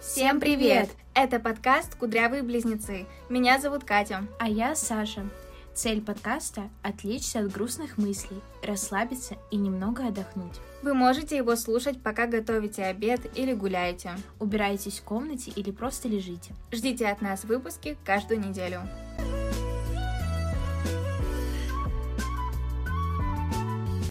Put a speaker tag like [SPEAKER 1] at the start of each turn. [SPEAKER 1] Всем привет! Это подкаст «Кудрявые близнецы». Меня зовут Катя.
[SPEAKER 2] А я Саша. Цель подкаста – отвлечься от грустных мыслей, расслабиться и немного отдохнуть.
[SPEAKER 1] Вы можете его слушать, пока готовите обед или гуляете.
[SPEAKER 2] Убирайтесь в комнате или просто лежите.
[SPEAKER 1] Ждите от нас выпуски каждую неделю.